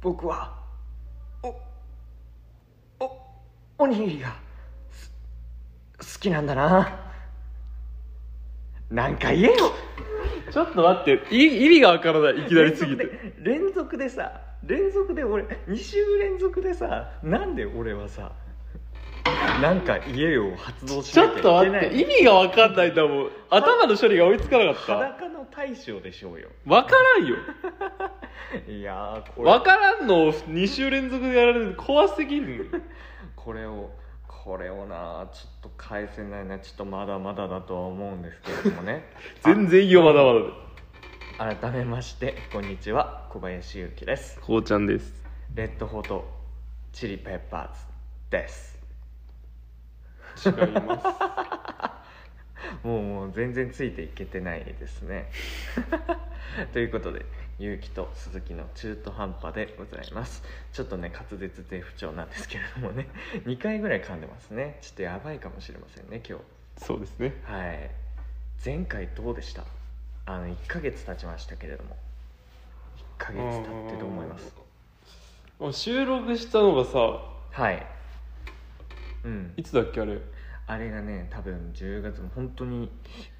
僕はおおおにぎりがす好きなんだななんか言えよちょっと待って、い意味がわからない、いきなりすぎて。連続で連続でさ連続で俺2週連続でさなんで俺はさなんか言えよを発動しちなょきゃっいとけ待なっいて、意味がわかんないと思う。頭の処理が追いつかなかった。裸の大将でしょうよわからんよ。いやーこれわからんのを2週連続でやられる怖すぎる。これをこれをなちょっと返せないなちょっとまだまだだとは思うんですけれどもね全然いいよ、まだまだで。あ改めましてこんにちは小林ゆうきですこうちゃんです。レッドホットチリペッパーズです違いまもうもう全然ついていけてないですね ということでゆうきと鈴木の中途半端でございますちょっとね滑舌低不調なんですけれどもね2回ぐらい噛んでますねちょっとやばいかもしれませんね今日す。そうですね。はい前回どうでしたあの1ヶ月経ちましたけれども1ヶ月経ってどう思いますあ収録したのがさ、はいうんいつだっけあれ。あれがね多分10月の本当に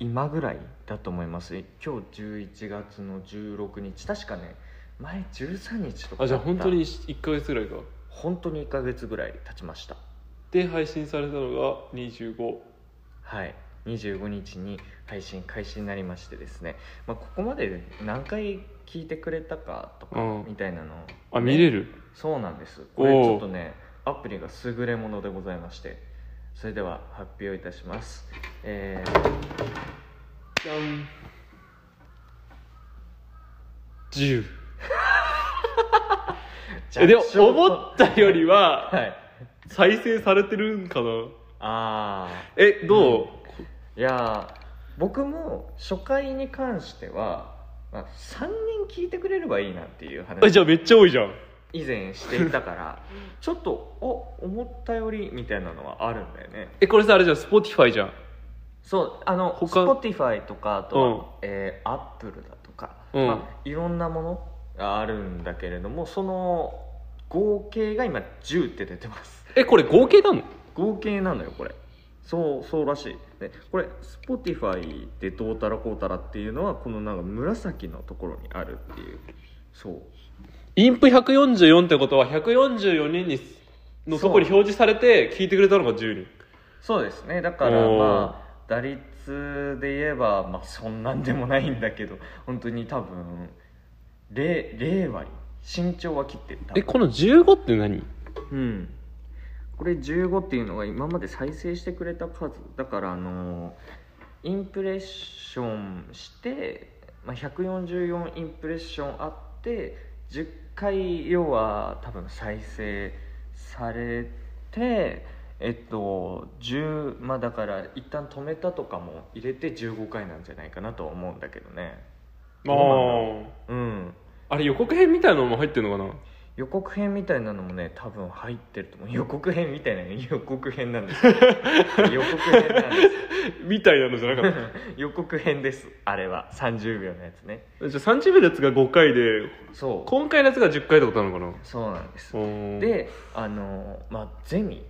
今ぐらいだと思います今日11月の16日確かね前13日とかあ、じゃあだった本当に1ヶ月ぐらいか。本当に1ヶ月ぐらい経ちましたで、配信されたのが25。はい25日に配信開始になりましてですね、まあ、ここまで何回聞いてくれたかとかうんみたいなのをね、あ、見れるそうなんですこれおーちょっとねアプリが優れものでございましてそれでは発表いたしますえーじゃん。10。えでも思ったよりははい再生されてるんかなあえどう、あいやー僕も初回に関しては、まあ、3人聞いてくれればいいなっていうえ話じゃあめっちゃ多いじゃん以前していたからちょっとお思ったよりみたいなのはあるんだよねえこれさあれじゃん Spotify じゃんそうあの他 Spotify とかあとは、うんえー Apple だとか、うんまあ、いろんなものがあるんだけれどもその合計が今10って出てますえこれ合計なの合計なのよこれそうそうらしいでこれ Spotify でどうたらこうたらっていうのはこのなんか紫のところにあるっていうそうインプ144ってことは144人にのとこに表示されて聞いてくれたのが10人そうですねだからおーまあ打率で言えば、まあ、そんなんでもないんだけど本当に多分 0, 0割身長は切ってたえこの15って何うんこれ15っていうのが今まで再生してくれた数だからあのーインプレッションして、まあ、144インプレッションあって10回要は多分再生されてえっと10まあだから一旦止めたとかも入れて15回なんじゃないかなとは思うんだけどねああうんあれ予告編みたいなのも入ってんのかな予告編みたいなのもね多分入ってると思う予告編みたいな予告編なんです予告編なんで みたいなのじゃなかっす予告編ですあれは30秒のやつねた じゃあ30秒のやつが5回でそう今回のやつが10回ってことなのかそうなんですなであのまあゼミ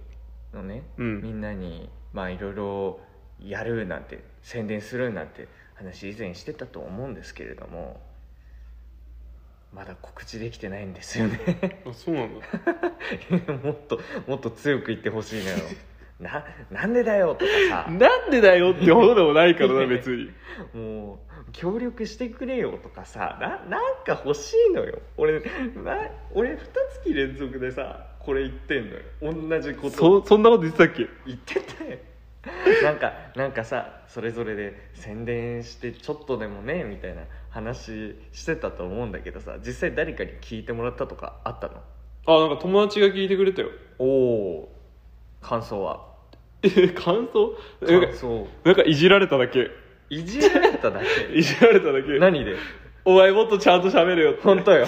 のね、うんみんなにまあいろいろやるなんて宣伝するなんて話以前してたと思うんですけれどもまだ告知できてないんですよねあそうなんだ もっともっと強く言ってほしいのよ ななんでだよとかなんでだよってほどでもないからな別にさもう協力してくれよとかさななんか欲しいのよ俺な俺2月連続でさこれ言ってんのよ同じことそそんなこと言ってたっけ言って たよなんかなんかさそれぞれで宣伝してちょっとでもねみたいな話してたと思うんだけどさ実際誰かに聞いてもらったとかあったのあなんか友達が聞いてくれたよおお感想はえ感想なん感か想なんかいじられただけいじられただけいじられた だけ何でお前もっとちゃんと喋れよ本当よ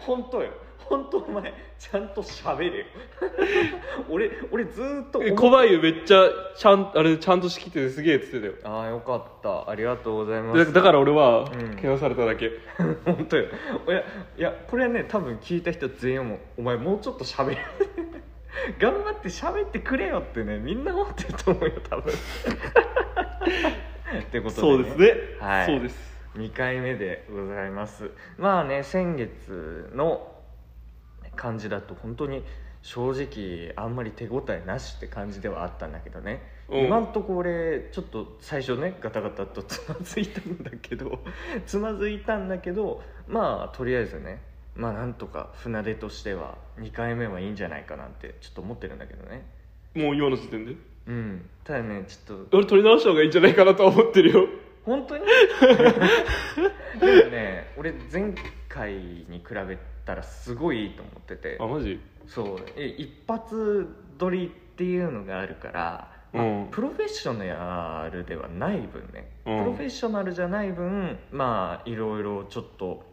本当よ本当お前ちゃんと喋れ よ俺俺ずーっとえ小林めっちゃちゃんあれちゃんと仕切っててすげえっつってたよああよかったありがとうございまだすだから俺はんけなされただけ、本当よいやいやこれはね多分聞いた人全員もお前もうちょっと喋れ 頑張って喋ってくれよってねみんな思ってると思うよ多 分ってことで、そうですね、はいそうです2回目でございますまあね先月の感じだと本当に正直あんまり手応えなしって感じではあったんだけどね、うん今んとこ俺ちょっと最初ねガタガタとつまずいたんだけど つまずいたんだけどまあとりあえずねまあなんとか船出としては2回目はいいんじゃないかなんてちょっと思ってるんだけどねもう今の時点でうんただねちょっと俺取り直した方がいいんじゃないかなとは思ってるよ本当に でもね俺前回に比べたらすごいいいと思ってて あマジそうえ一発撮りっていうのがあるから、まあうんプロフェッショナルではない分ね、うんプロフェッショナルじゃない分まあいろいろちょっと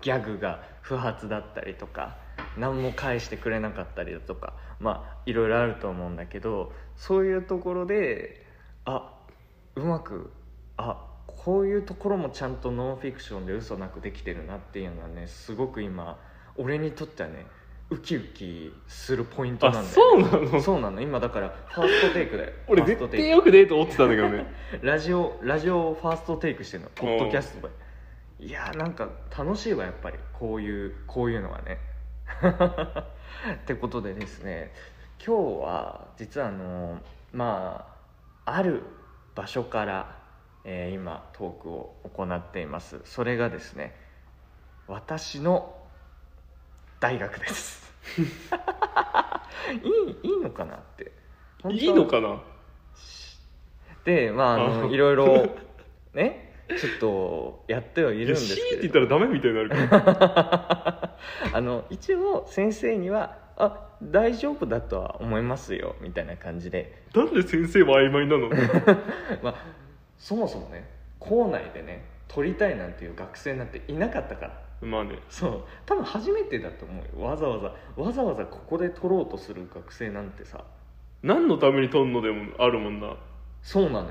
ギャグが不発だったりとか何も返してくれなかったりだとかまあいろいろあると思うんだけどそういうところであうまくあこういうところもちゃんとノンフィクションで嘘なくできてるなっていうのはねすごく今俺にとってはねウキウキするポイントあなんだそうよ、なのそうなの今だからファーストテイクだよ俺ファースト絶テイク対よくねえと思ってたんだけ どねラジオラジオファーストテイクしてるのポッドキャストでいやーなんか楽しいわやっぱりこういうこういうのはね ってことでですね今日は実はあのまあある場所から、えー今トークを行っていますそれがですね私の大学です いいいいのかなって本当はいいのかなでまああのあいろいろねちょっとやってはいるんですいやけ強いれて言っどたらダメみたいになる から あの一応先生には「あ大丈夫だとは思いますよ」みたいな感じで、なんで先生は曖昧なのまあ、そもそもね校内でね取りたいなんていう学生なんていなかったからまあねそう多分初めてだと思うよわざわざわざわざここで取ろうとする学生なんてさ何のために取んのでもあるもんなはそうなのよ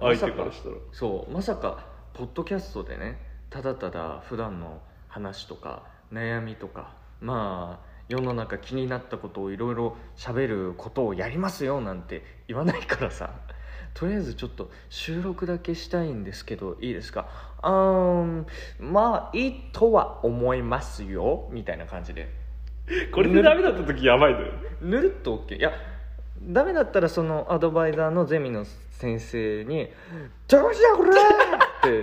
ま相さか手からしたらそうまさかポッドキャストでねただただ普段の話とか悩みとかまあ世の中気になったことをいろいろ喋ることをやりますよなんて言わないからさとりあえずちょっと収録だけしたいんですけどいいですかうーんまあいいとは思いますよみたいな感じでこれでダメだった時やばいのよぬるっと OK いやダメだったらそのアドバイザーのゼミの先生に「どうしようこれ!」って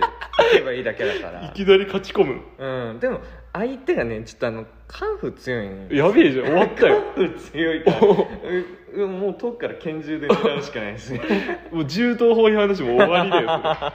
言えばいいだけだかいらきなり勝ち込むうんでも相手がねちょっとあのカンフー強いんよやべえじゃん終わったよカンフー強 いからううもう遠くから拳銃で狙うしかないですね もう銃刀法違反だしもう終わりだよ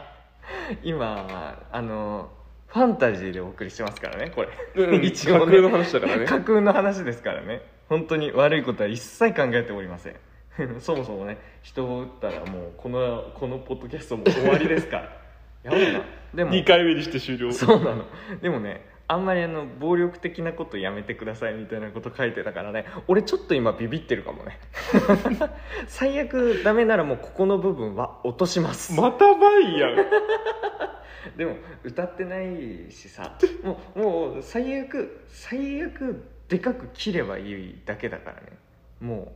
今あのファンタジーでお送りしてますからねこれそれ、う ん、一応ね架空の話だからね架空の話ですからね本当に悪いことは一切考えておりません そもそもね人を撃ったらもうこのこのポッドキャストも終わりですからや ばいなでも2回目にして終了そうなのでもねあんまりあの暴力的なことやめてくださいみたいなこと書いてたからね俺ちょっと今ビビってるかもね 最悪ダメならもうここの部分は落としますまた倍やんでも歌ってないしさもうもう最悪最悪でかく切ればいいだけだからねも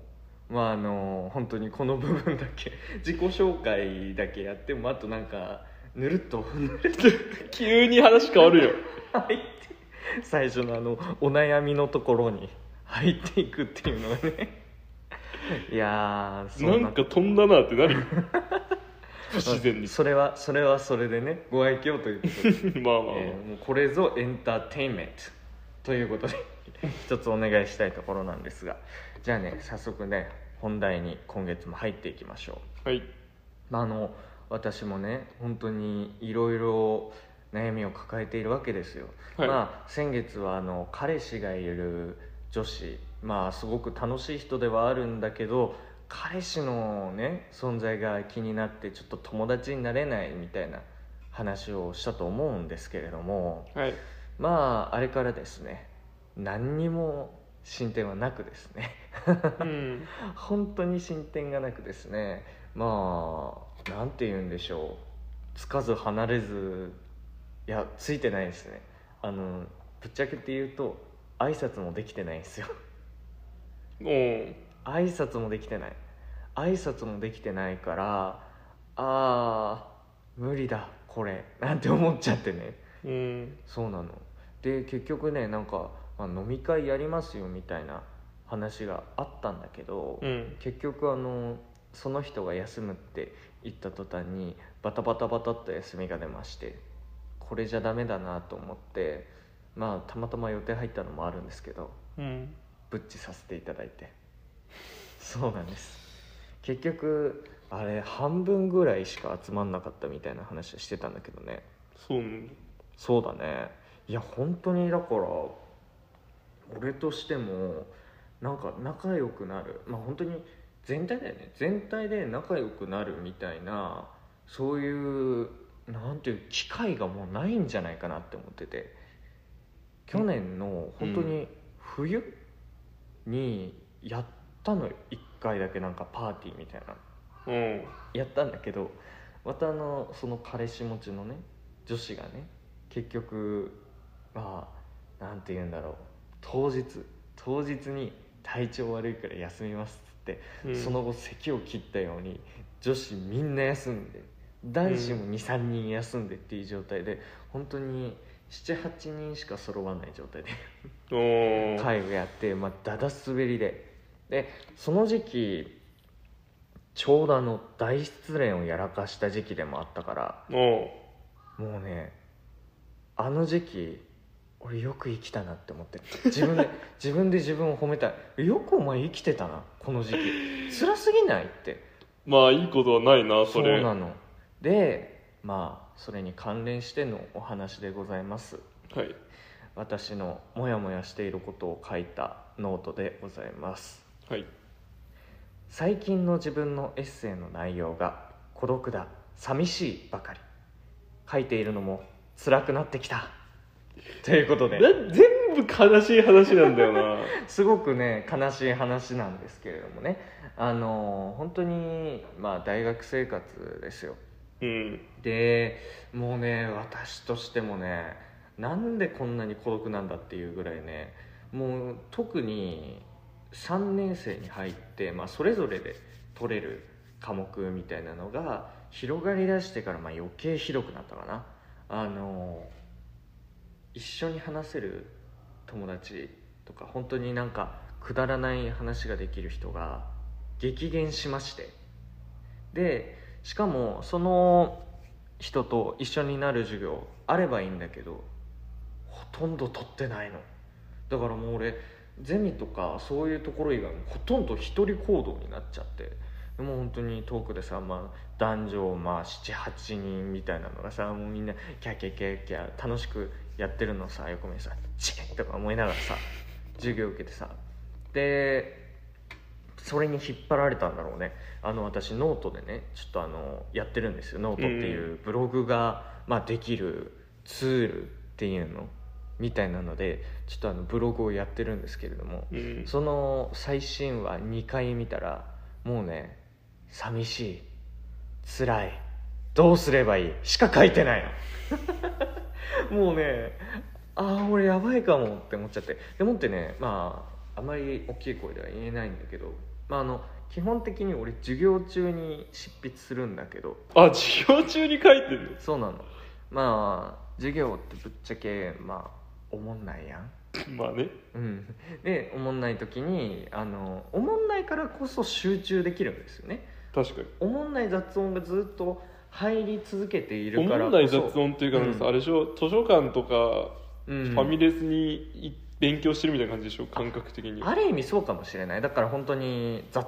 うまああの本当にこの部分だけ自己紹介だけやってもあとなんかぬるっとぬるっと急に話変わるよ入って最初のあのお悩みのところに入っていくっていうのがねいやーそうなんか飛んだなっ てなるよ不自然にそれはそれはそれでねご愛嬌ということでまあまあ、えーもうこれぞエンターテインメントという ことで一つお願いしたいところなんですがじゃあね早速ね本題に今月も入っていきましょまあ、はい、う、まあ、あの私もね本当にいろいろ悩みを抱えているわけですよ、はいまあ先月はあの彼氏がいる女子まあすごく楽しい人ではあるんだけど彼氏のね存在が気になってちょっと友達になれないみたいな話をしたと思うんですけれども はい、まああれからですね何にも進展はなくですね うん本当に進展がなくですねまあなんて言うんでしょうつかず離れずいやついてないですねあのぶっちゃけて言うと挨拶もできてないんですよ おう挨拶もできてない挨拶もできてないからあー無理だこれなんて思っちゃってねうんそうなので結局ねなんか、まあ、飲み会やりますよみたいな話があったんだけど、うん結局あのその人が休むって言った途端にバタバタバタっと休みが出ましてこれじゃダメだなと思ってまあたまたま予定入ったのもあるんですけどうんブッチさせていただいてそうなんです結局あれ半分ぐらいしか集まんなかったみたいな話はしてたんだけどねそうなんだそうだねいや本当にだから俺としてもなんか仲良くなるまあ本当に全体だよね全体で仲良くなるみたいなそういうなんていう機会がもうないんじゃないかなって思ってて去年の本当に冬にやったのよ1回だけなんかパーティーみたいなうんやったんだけどまたあのその彼氏持ちのね女子がね結局まあなんて言うんだろう当日当日に体調悪いから休みますっつって、うんその後咳を切ったように女子みんな休んで男子も23人休んでっていう状態で本当に78人しか揃わない状態でおう会をやって、まあ、だだ滑りででその時期ちょうどあの大失恋をやらかした時期でもあったからおうもうねあの時期俺よく生きたなって思ってる自分 で自分で自分を褒めたいよくお前生きてたなこの時期辛すぎないってまあいいことはないなそそうれなのでまあそれに関連してのお話でございますはい私のモヤモヤしていることを書いたノートでございますはい最近の自分のエッセイの内容が孤独だ寂しいばかり書いているのも辛くなってきたということでな全部悲しい話なんだよなすごくね悲しい話なんですけれどもねあの本当にまあ大学生活ですよ うんでもうね私としてもねなんでこんなに孤独なんだっていうぐらいねもう特に3年生に入って、まあ、それぞれで取れる科目みたいなのが広がりだしてからまあ余計ひどくなったかなあの一緒に話せる友達とか本当になんかくだらない話ができる人が激減しましてでしかもその人と一緒になる授業あればいいんだけどほとんど取ってないのだからもう俺ゼミとかそういうところ以外もほとんど一人行動になっちゃってでもう本当にトークでさ、まあ、男女まあ78人みたいなのがさもうみんなキャーキャーキャーキャー楽しくやってるのさ横目にさ「チッ!」とか思いながらさ授業受けてさでそれに引っ張られたんだろうねあの私ノートでねちょっとあのやってるんですよノートっていうブログが、まあ、できるツールっていうのみたいなのでちょっとあのブログをやってるんですけれどもうんその最新話2回見たらもうね寂しい辛いどうすればいいしか書いてないのもうねああ俺やばいかもって思っちゃってでもってねまああまり大きい声では言えないんだけど、まあ、あの基本的に俺授業中に執筆するんだけどあ授業中に書いてんのそうなのまあ授業ってぶっちゃけまあおもんないやんまあねうん、でおもんない時にあのおもんないからこそ集中できるんですよね確かにおもんない雑音がずっと入り続けているおもからんこない雑そ音っていうかなんかさ、うんあれでしょ図書館とかうんファミレスにい勉強してるみたいな感じでしょ感覚的にある意味そうかもしれないだから本当に雑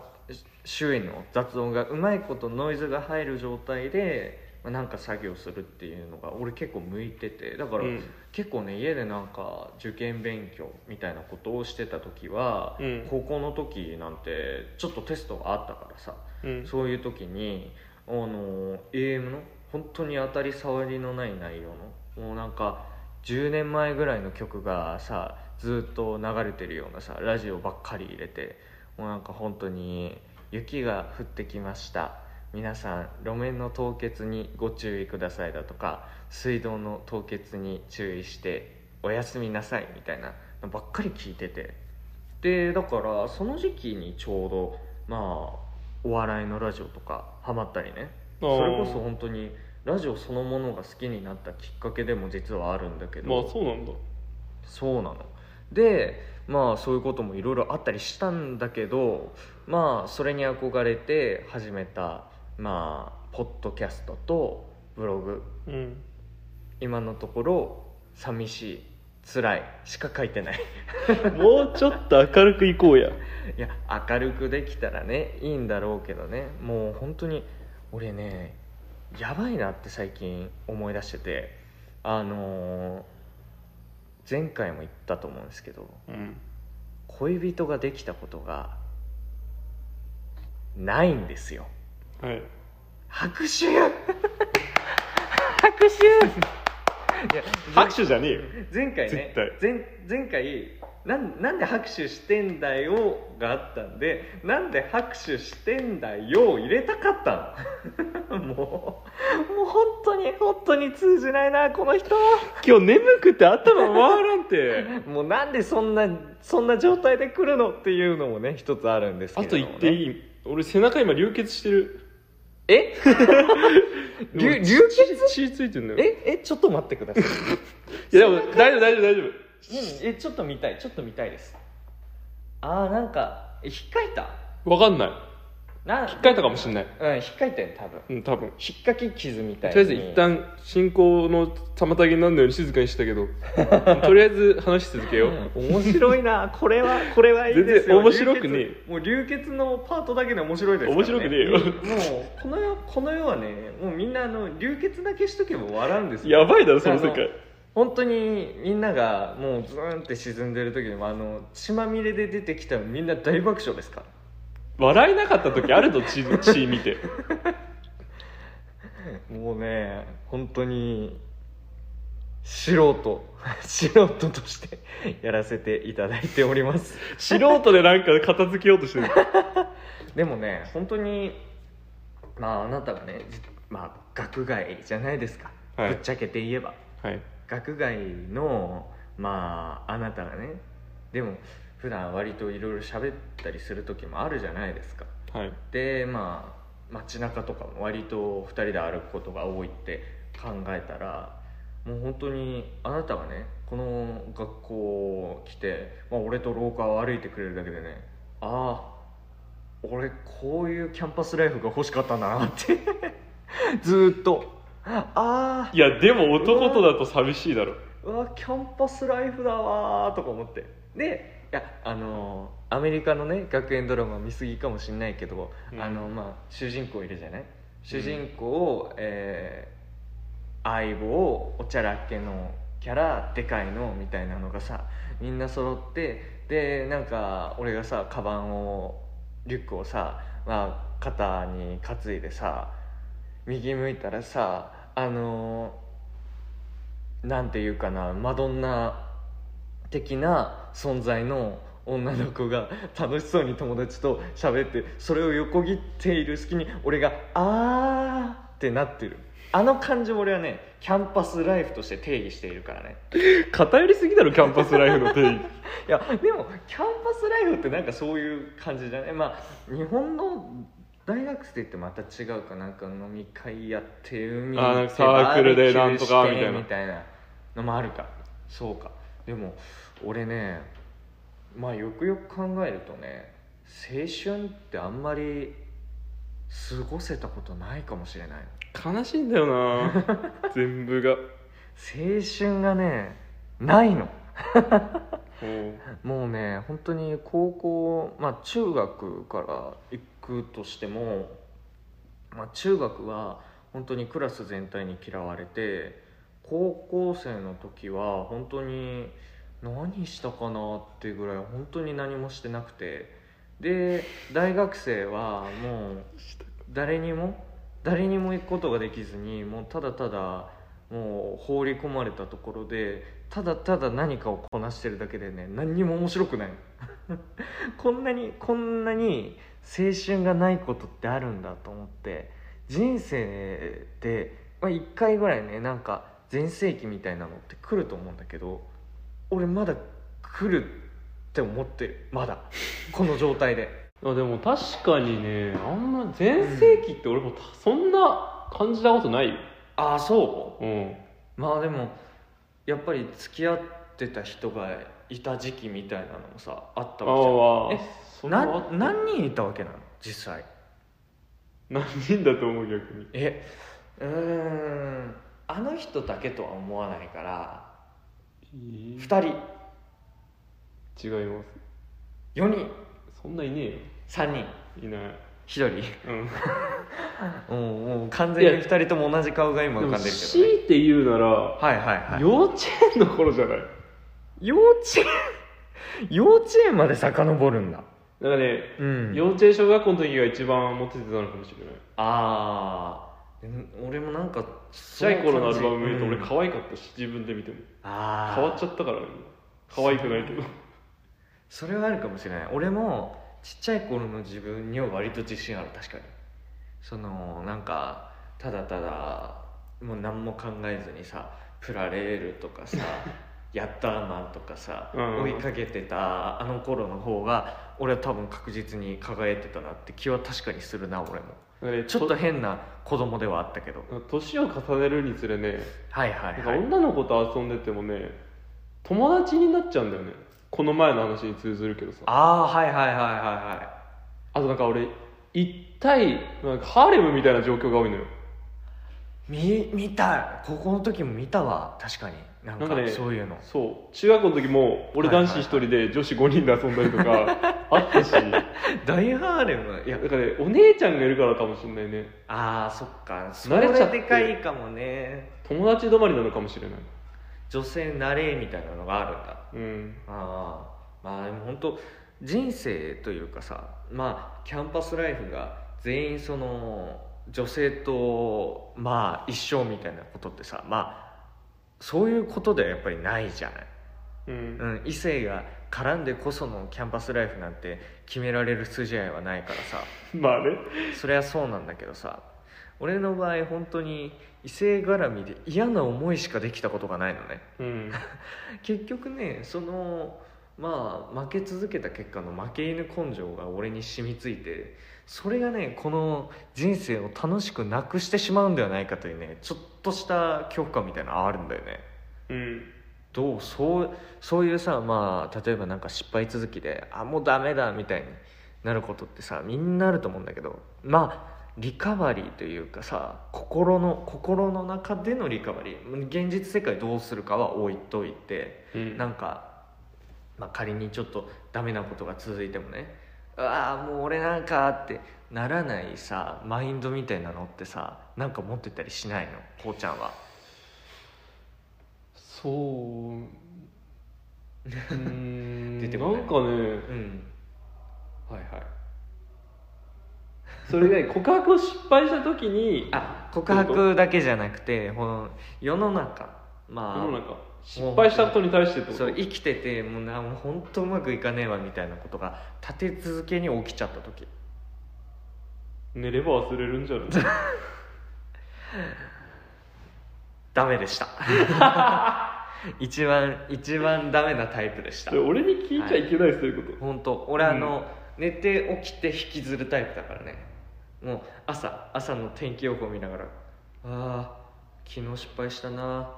周囲の雑音がうまいことノイズが入る状態でまあなんか作業するっていうのが俺結構向いててだから、うん結構ね家でなんか受験勉強みたいなことをしてた時は、うん高校の時なんてちょっとテストがあったからさうんそういう時にあの AM の本当に当たり障りのない内容のもうなんか10年前ぐらいの曲がさずっと流れてるようなさラジオばっかり入れてもうなんか本当に「雪が降ってきました」皆さん路面の凍結にご注意くださいだとか水道の凍結に注意しておやすみなさいみたいなのばっかり聞いててでだからその時期にちょうどまあお笑いのラジオとかハマったりねあーそれこそ本当にラジオそのものが好きになったきっかけでも実はあるんだけど、まあそうなんだそうなのでまあそういうこともいろいろあったりしたんだけどまあそれに憧れて始めたまあポッドキャストとブログうん今のところ「寂しい」「辛い」しか書いてない もうちょっと明るくいこうやいや明るくできたらねいいんだろうけどねもう本当に俺ねやばいなって最近思い出しててあのー前回も言ったと思うんですけどうん恋人ができたことがないんですよはい拍手拍手いや拍手じゃねえよ前回ね絶前前回なんなんで拍手してんだよがあったんでなんで拍手してんだよを入れたかったの もうもう本当に本当に通じないなこの人今日眠くて頭回らんてもうなんでそんなそんな状態で来るのっていうのもね一つあるんですけあれとども、言ね、っていい俺背中今流血してる え流流血血血ついてんだよええちょっと待ってくださいいやでも大丈夫大丈夫大丈夫うんえちょっと見たいちょっと見たいですああなんかえ引っかいたわかんないな引っかいたかもしんないうん引っかいたよ多分うん多分引っかき傷みたいとりあえず一旦進行の妨げにならないように静かにし たけどとりあえず話し続けよう、うん面白いなこれはこれはいいですよ全然面白くねえ流血もう流血のパートだけで面白いですから、ね、面白くねえよもうこの世この世はねもうみんなあの流血だけしとけば笑うんですよやばいだろその世あの界本当にみんながもうズーンって沈んでる時にもあの血まみれで出てきたらみんな大爆笑ですから笑えなかった時あると血血見てもうね本当に素人素人としてやらせていただいております素人でなんか片付けようとしてるでもね本当にまああなたがねじまあ学外じゃないですか、はいぶっちゃけて言えばはい学外のまああなたがねでも普段割といろいろ喋ったりする時もあるじゃないですかはいでまあ街中とかも割と2人で歩くことが多いって考えたらもう本当にあなたがねこの学校来て、まあ、俺と廊下を歩いてくれるだけでねああ俺こういうキャンパスライフが欲しかったんだなって ずーっとああいやでも男とだと寂しいだろうわキャンパスライフだわーとか思ってでいやあのーアメリカのね学園ドラマ見過ぎかもしんないけど、うんあのまあ主人公いるじゃない主人公、えー相棒おちゃらっけのキャラでかいのみたいなのがさみんな揃ってでなんか俺がさカバンをリュックをさ、まあ、肩に担いでさ右向いたらさあのーなんていうかなマドンナ的な存在の女の子が楽しそうに友達と喋ってそれを横切っている隙に俺が「あー」ってなってるあの感じを俺はねキャンパスライフとして定義しているからね偏りすぎだろキャンパスライフの定義いやでもキャンパスライフってなんかそういう感じじゃないまあ日本の大学生ってまた違うかなんか飲み会やって海あー行ってサークルでなんとかバーベキューしてみみたいなのもあるかそうかでも俺ねまあよくよく考えるとね青春ってあんまり過ごせたことないかもしれない悲しいんだよな 全部が青春がねないのもうもうね本当に高校、まあ、中学から行くとしても、まあ、中学は本当にクラス全体に嫌われて高校生の時は本当に何したかなっていうぐらい本当に何もしてなくてで大学生はもう誰にも誰にも行くことができずにもうただただもう放り込まれたところでただただ何かをこなしてるだけでね何にも面白くない こんなにこんなに青春がないことってあるんだと思って人生で、まあ、1回ぐらいねなんか全盛期みたいなのって来ると思うんだけど俺まだ来るって思ってるまだこの状態で あでも確かにねあんま全盛期って俺もたそんな感じたことないよああそううんまあでもやっぱり付き合ってた人がいた時期みたいなのもさあったわああえけそじゃんあっなた何人いたわけなの実際何人だと思う逆にえうーんあの人だけとは思わないから2人違います4人そんないねえよ3人いない 1人うんもうもう完全に2人とも同じ顔が今で浮もかんでるけ強ど、ね、いて言うならはいはいはい幼稚園の頃じゃない幼稚園 幼稚園まで遡るんだだからねうん幼稚園小学校の時が一番モテてたのかもしれないああ俺もなんかちちっちゃい頃のアルバム見ると俺あ可愛かったし自分で見てもあー変わっちゃったからね可愛くないけどそれはあるかもしれない俺もちっちゃい頃の自分には割と自信ある確かにそのなんかただただもう何も考えずにさプラレールと かさヤッターマンとかさ、うん追いかけてたあの頃の方が俺は多分確実に輝いてたなって気は確かにするな俺もだからねちょっと変な子供ではあったけど年を重ねるにつれねはいはなんいかはい女の子と遊んでてもね友達になっちゃうんだよねこの前の話に通ずるけどさあああーはいはいはいはいはいとなんか俺一体なんかハーレムみたいな状況が多いのよ見見た高校の時も見たわ確かになんかなんかねそういうのそう中学校の時も俺男子一人で女子5人で遊んだりと かあったし、大ハーレムいやだからねお姉ちゃんがいるからかもしんないねあーそっかそ慣れちゃれってでかいかもね友達止まりなのかもしれない女性なれみたいなのがあるんだうんああまあでも本当人生というかさまあキャンパスライフが全員その女性とまあ一生みたいなことってさまあそういうことではやっぱりないじゃないうんうん、異性が絡んでこそのキャンパスライフなんて決められる筋合いはないからさまあねそりゃそうなんだけどさ俺の場合本当に異性絡みで嫌な思いしかできたことがないのねうん結局ねそのまあ負け続けた結果の負け犬根性が俺に染みついてそれがねこの人生を楽しくなくしてしまうんではないかというねちょっとした恐怖感みたいなのあるんだよねうんどうそうそういうさまあ例えばなんか失敗続きであもうダメだみたいになることってさみんなあると思うんだけどまあリカバリーというかさ心の心の中でのリカバリー現実世界どうするかは置いといてうんなんか、まあ、仮にちょっとダメなことが続いてもねああもう俺なんかってならないさマインドみたいなのってさなんか持ってたりしないのこうちゃんは。 そううん出てこないなんかねうん、はいはいそれで 告白を失敗した時にあ告白だけじゃなくてこの世の中世まの中失敗したことに対してってあこそとう生きててもうなもう本当うまくいかねえわみたいなことが立て続けに起きちゃった時寝れば忘れるんじゃ ないダメで した一番一番ダメなタイプでしたそれ俺に聞いちゃいけないそういうこ本当俺あの、寝て起きて引きずるタイプだからねもう朝朝の天気予報見ながらあー昨日失敗したな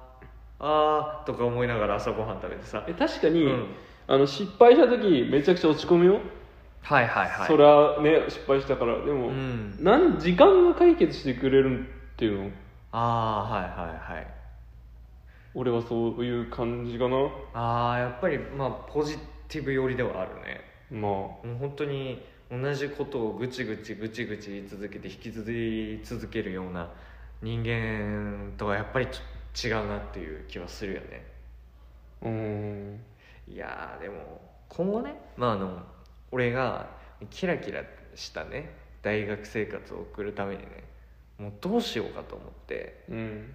あーとか思いながら朝ごはん食べてさとえ確かうに、んあの失敗した時めちゃくちゃ落ち込むよ、はいはいはいそれはね失敗したからでも、うんなん時間が解決してくれるっていうのああはいはいはい俺はそういう感じかなああやっぱりまあポジティブ寄りではあるねまあもう本当に同じことをぐちぐちぐちぐち言い続けて引きずり続けるような人間とはやっぱりち違うなっていう気はするよねうーんいやーでも今後ねまああの俺がキラキラしたね大学 生活を送るためにねもうどうしようかと思ってうん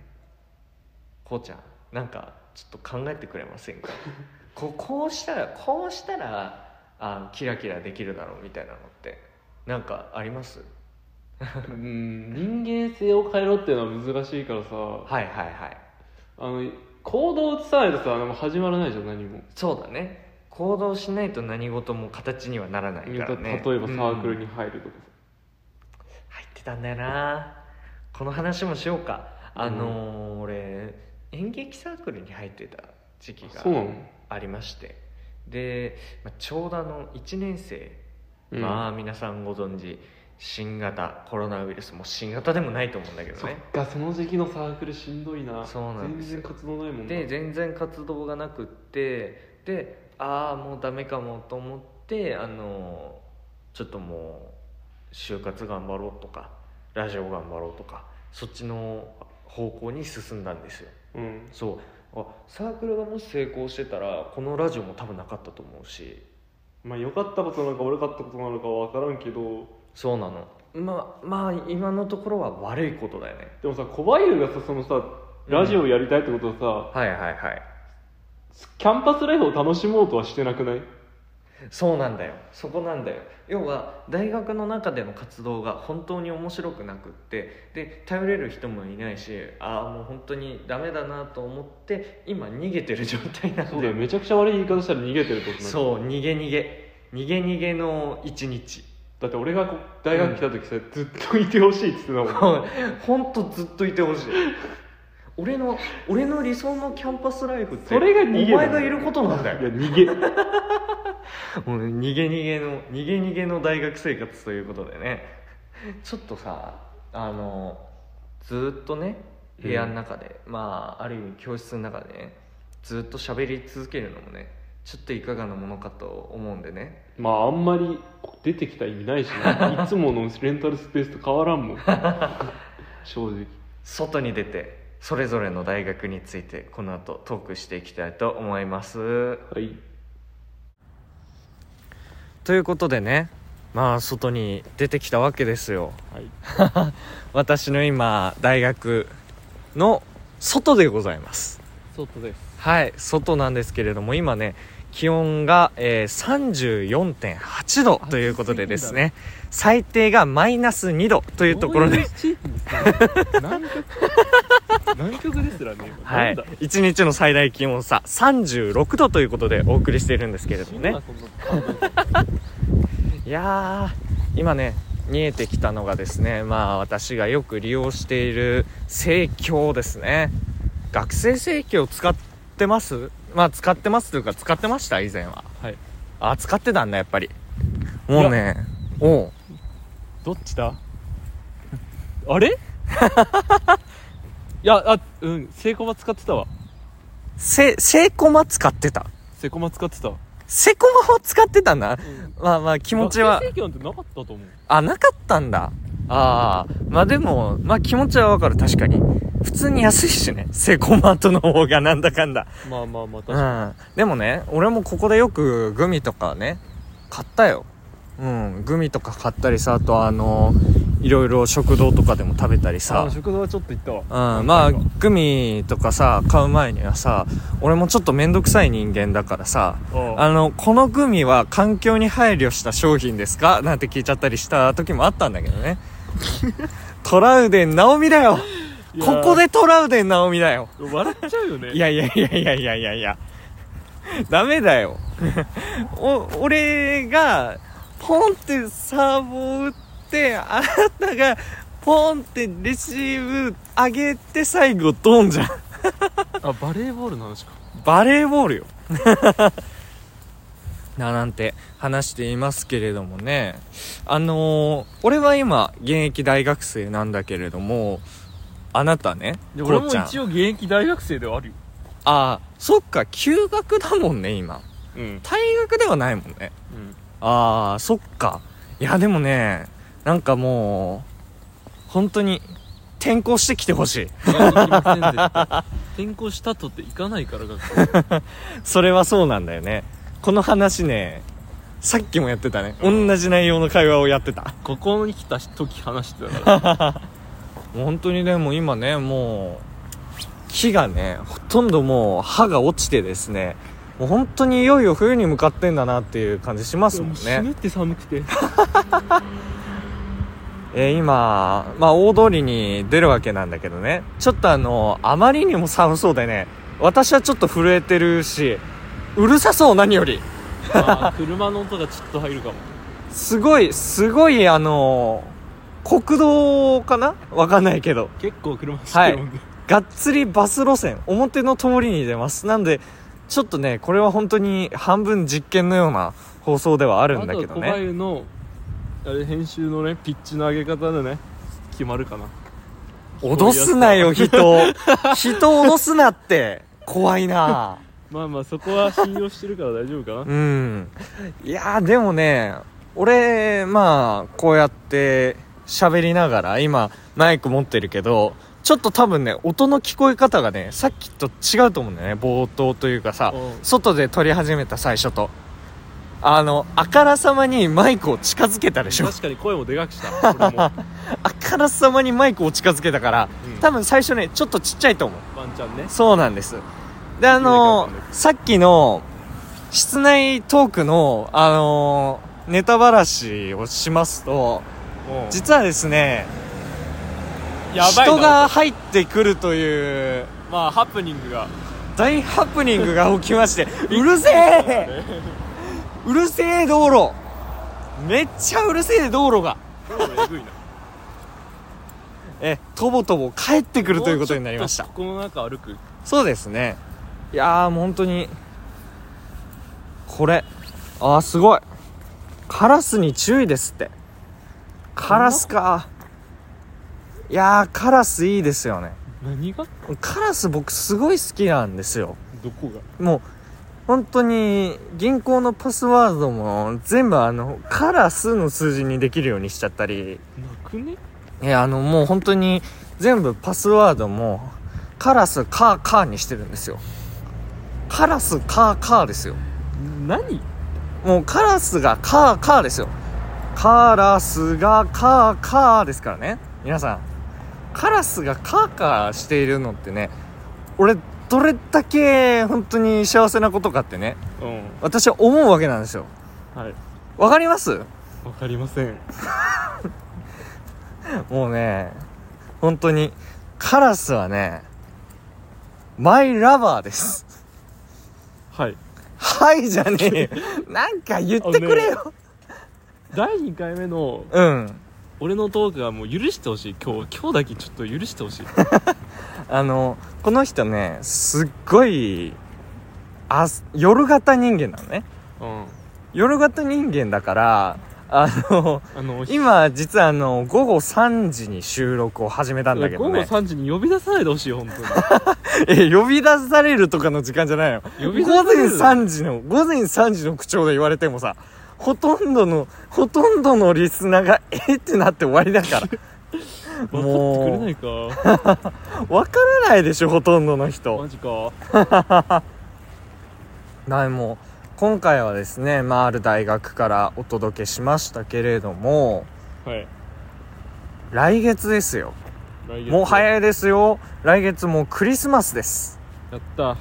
こうちゃんなんかちょっと考えてくれませんか こうこうしたらこうしたらあキラキラできるだろうみたいなのってなんかありますうん人間性を変えろっていうのは難しいからさはいはいはいあの行動を移さないとさあの始まらないじゃん何も、そうだね行動しないと何事も形にはならない例えかばサらねークルうんに入るとか入ってたんだよなこの話もしようかあのー俺演劇サークルに入ってた時期さ、そうながの、ありましてで、まあ、ちょうどあの1年生、うんまあ皆さんご存知新型コロナウイルスもう新型でもないと思うんだけどそっねかその時期のサークルしんどいなそうなんですよ全然活動ないもんなで全然活動がなくってでああもうダメかもと思ってあのちょっともう就活頑張ろうとかラジオ頑張ろうとかそっちの方向に進んだんですようんそうあサークルがもし成功してたらこのラジオも多分なかったと思うしまあ良かったことなのか悪かったことなのかわからんけどそうなのまあまあ今のところは悪いことだよねでもさ小林がさそのさラジオやりたいってことはさ、はいはいはいキャンパスライフを楽しもうとはしてなくないそうなんだよそこなんだよ要は大学の中での活動が本当に面白くなくってで頼れる人もいないしああもう本当にダメだなと思って今逃げてる状態なんそうだだよよめちゃくちゃ悪い言い方したら逃げてるってことになるそう逃げ逃げ逃げ逃げの一日 だって俺がこ大学来た時さ、ずっといてほしいっつってたも ん本当ずっといてほしい俺の俺の理想のキャンパスライフってそれが逃げなんだよお前がいることなんだよいや逃げもう逃げ逃げの逃げ逃げの大学生活ということでねちょっとさあのずーっとね部屋の中で、まあある意味教室の中でねずーっと喋り続けるのもねちょっといかがなものかと思うんでねまああんまり出てきた意味ないし ないつものレンタルスペースと変わらんもん正直外に出てそれぞれの大学についてこの後トークしていきたいと思いますはいということでねまあ外に出てきたわけですよはい私の今大学の外でございます外ですはい、外なんですけれども、今ね、気温が、えー、34.8度ということでですね、最低がマイナス2度というところで、南極南極ですらねはい、1日の最大気温差36度ということでお送りしているんですけれどもね。 いやー、今ね、見えてきたのがですね、まあ私がよく利用している生協ですね。学生生協使ってますまあ使ってますというか使ってました以前は。はいあ、使ってたんだ、やっぱり。もうね、おうどっちだ あれ いやあうんセイコマ使ってたわせ、セイコマ使ってた。セイコマ使ってたわセコマを使ってたんだ。まあまあ気持ちは学生、生協なんてなかったと思うあ、なかったんだ。ああ、まあでも、まあ気持ちはわかる、確かに。普通に安いしね、セコマとの方がなんだかんだ。まあまあまあ確うかん、でもね俺もここでよくグミとかね買ったようんグミとか買ったりさあとあのいろいろ食堂とかでも食べたりにあさの食堂はちょっと行ったわうん、まあグミとかさ買う前にはさ俺もちょっと面倒くさい人間だからさああのこのグミは環境に配慮した商品ですかなんて聞いちゃったりした時もあったんだけどね トラウデン直美だよいやここでトラウデン直美だよ笑っちゃうよねいやいやいやいやいやいやいや。ダメだよ。 お、俺が、ポンってサーブを打って、あなたが、ポンってレシーブ上げて最後ドンじゃん。あバレーボールの話かバレーボールよ。 な、なんて話していますけれどもね。あのー俺は今、現役大学生なんだけれども、あなたね、でこ俺うもちゃん。一応現役大学生ではあるよああ、そっか、休学だもんね、今。うん退学ではないもんねああそっかいやでもねなんかもう本当に転校してきてほしいいや行きません絶対転校したとって行かないから学校それはそうなんだよねこの話ねさっきもやってたね同じ内容の会話をやってたここに来た時話してたからもう本当にねもう今ねもう木がねほとんどもう歯が落ちてですねもう本当にいよいよ冬に向かってんだなっていう感じしますもんね死ぬって寒くてえー今、まあ、大通りに出るわけなんだけどねちょっとあのあまりにも寒そうでね私はちょっと震えてるしうるさそう何よりあー車の音がちょっと入るかもすごいすごいあの国道かなわかんないけど結構車走ってるもんね、がっつりバス路線表の通りに出ますなんでちょっとねこれは本当に半分実験のような放送ではあるんだけあどと小ね林のあれ編集のねピッチの上げ方でね決まるかな脅すなよ人を人を脅すなって怖いなまあまあそこは信用してるから大丈夫かなうんいやーでもね俺まあこうやって喋りながら今マイク持ってるけどちょっと多分ね音の聞こえ方がねさっきと違うと思うんだよね冒頭というかさうん外で撮り始めた最初とあのあからさまにマイクを近づけたでしょ確かに声もでかくした俺も、あからさまにマイクを近づけたからうん多分最初ねちょっとちっちゃいと思うワンちゃんねそうなんですであのさっきの室内トークのあのネタばらしをしますと実はですねやばいな人が入ってくるというまあハプニング が大ハプニングが起きま してうるせえうるせえ道路めっちゃうるせえ道路がえぐいなえとぼとぼ帰ってくるということになりましたもうちょっとここの中歩くそうですねいやーもう本当にこれあーすごいカラスに注意ですってカラスかいやーカラスいいですよね何がカラス僕すごい好きなんですよどこがもう本当に銀行のパスワードも全部あのカラスの数字にできるようにしちゃったりなくねえあのもう本当に全部パスワードもカラスカーカーにしてるんですよカラスカーカーですよ何もうカラスがカーカーですよカラスがカーカーですからね皆さんカラスがカーカーしているのってね俺どれだけ本当に幸せなことかってねうん私は思うわけなんですよはいわかりますわかりませんもうね本当にカラスはねマイラバーですはいはいじゃねえよ。 なんか言ってくれよ。第2回目のうん。俺のトークはもう許してほしい今日今日だけちょっと許して ほしいあの、この人ね、すっごい、あ、夜型人間なのね。うん夜型人間だから、あの、あの今、実はあの、午後3時に収録を始めたんだけど午後ね。 3時に呼び出さないでほしい本当にえ、呼び出されるとかの時間じゃないの。呼び午出され前る3時の、午前3時の口調で言われてもさ、ほとんどの、ほとんどのリスナーが、えってなって終わりだから。 分かってくれないかわからないでしょ、ほとんどの人。マジかはい、もう今回はですね、まあ、ある大学からお届けしましたけれどもはい来月ですよ来月もう早いですよ来月もうクリスマスですやった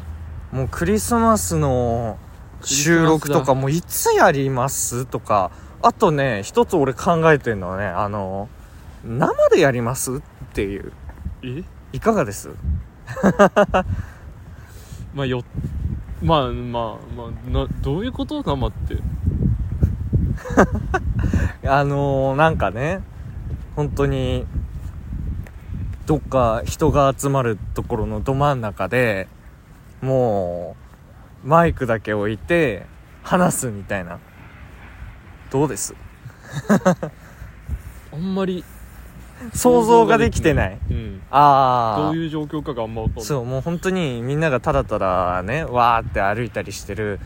もうクリスマスの収録とかもういつやりますとかあとね一つ俺考えてるのはねあの生でやりますっていうえいかがですまあよまあまあまあなどういうこと生ってあのー、なんかね本当にどっか人が集まるところのど真ん中でもうマイクだけ置いて話すみたいなどうですあんまり想像ができてないうんどあうあいう状況かがあんま分かんないそうもう本当にみんながただただねわーって歩いたりしてる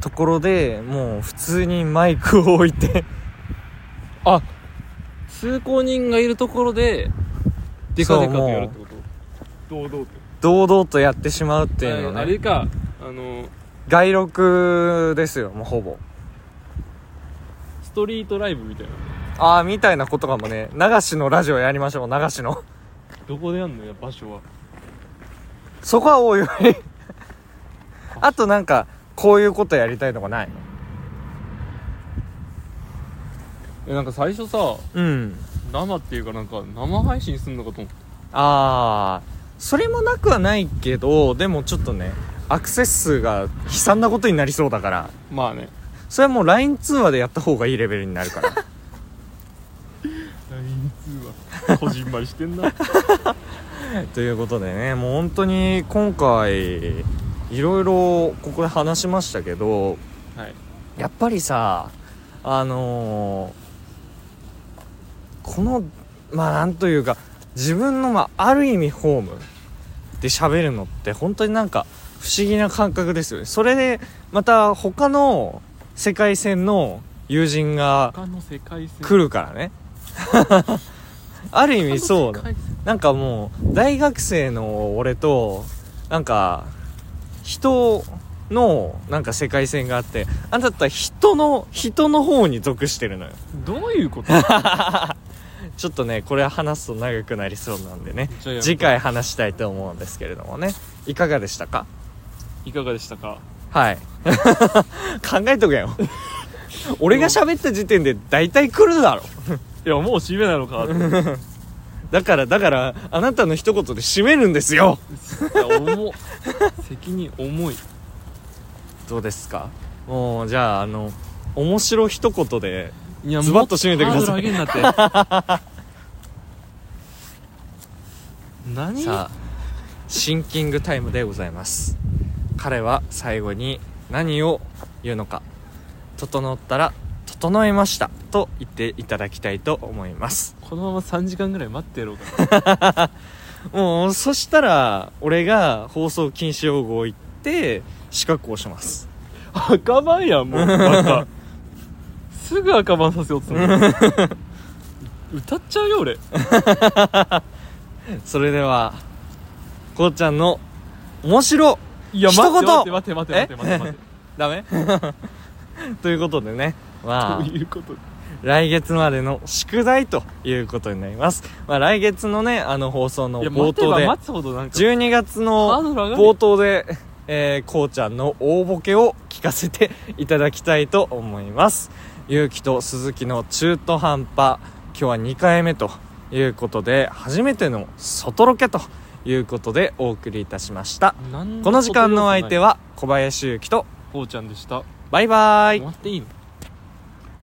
ところでもう普通にマイクを置いて あ通行人がいるところでデカデカとやるってこと堂々と堂々とやってしまうっていうのあはあれねかあの外録ですよもうほぼストリートライブみたいなああみたいなことかもね流しのラジオやりましょう流しのどこでやんのや場所は そこはおいおい あとなんかこういうことやりたいとかないえなんか最初さうん生っていうかなんか生配信すんのかと思っああそれもなくはないけどでもちょっとねアクセス数が悲惨なことになりそうだからたまあねそれはもう LINE 通話でやった方がいいレベルになるから LINE 通 話こじんまりしてんなということでねもう本当に今回いろいろここで話しましたけどはいやっぱりさあのーこのまあなんというか自分の、まあ、ある意味ホームで喋るのって本当になんか不思議な感覚ですよねそれでまた他の世界線の友人が他の世界線来るからね ある意味そうな他の世界線なんかもう大学生の俺となんか人のなんか世界線があってあんただったら人の人の方に属してるのよどういう ことちょっとねこれ話すと長くなりそうなんでねじゃあやめ次回話したいと思うんですけれどもねいかがでしたかいかがでしたかはい 考えとけよ俺が喋った時点で大体来るだろいやもう締めなのかと 思ってだからだからあなたの一言で締めるんですよいや重っ責任重いどうですかもうじゃああの面白一言でいやズバッと締めてくださいもっとハードル上げんなって 何さあシンキングタイムでございます彼は最後に何を言うのか整ったら「整えました」と言っていただきたいと思いますこのまま3時間ぐらい待ってやろうかもうそしたら俺が放送禁止用語を言って資格をしますな赤番やんもう またすぐ赤番させようっつうの歌っちゃうよ俺それではこうちゃんの面白いや一言待って待って待って待って待って待ってダメ ということでねまあということで来月までの宿題ということになります。まあ、来月のね、あの放送のいや冒待て頭ばで、待つほどなんか12月ハーのドル上がる冒頭で、えー、こうちゃんの大ボケを聞かせていただきたいと思います。ゆうきと鈴木の中途半端、今日は2回目ということで、初めての外ロケということでお送りいたしました。なんのこの時間のお相手はは小林ゆうきと、こうちゃんでしたバイバイ終わっていいの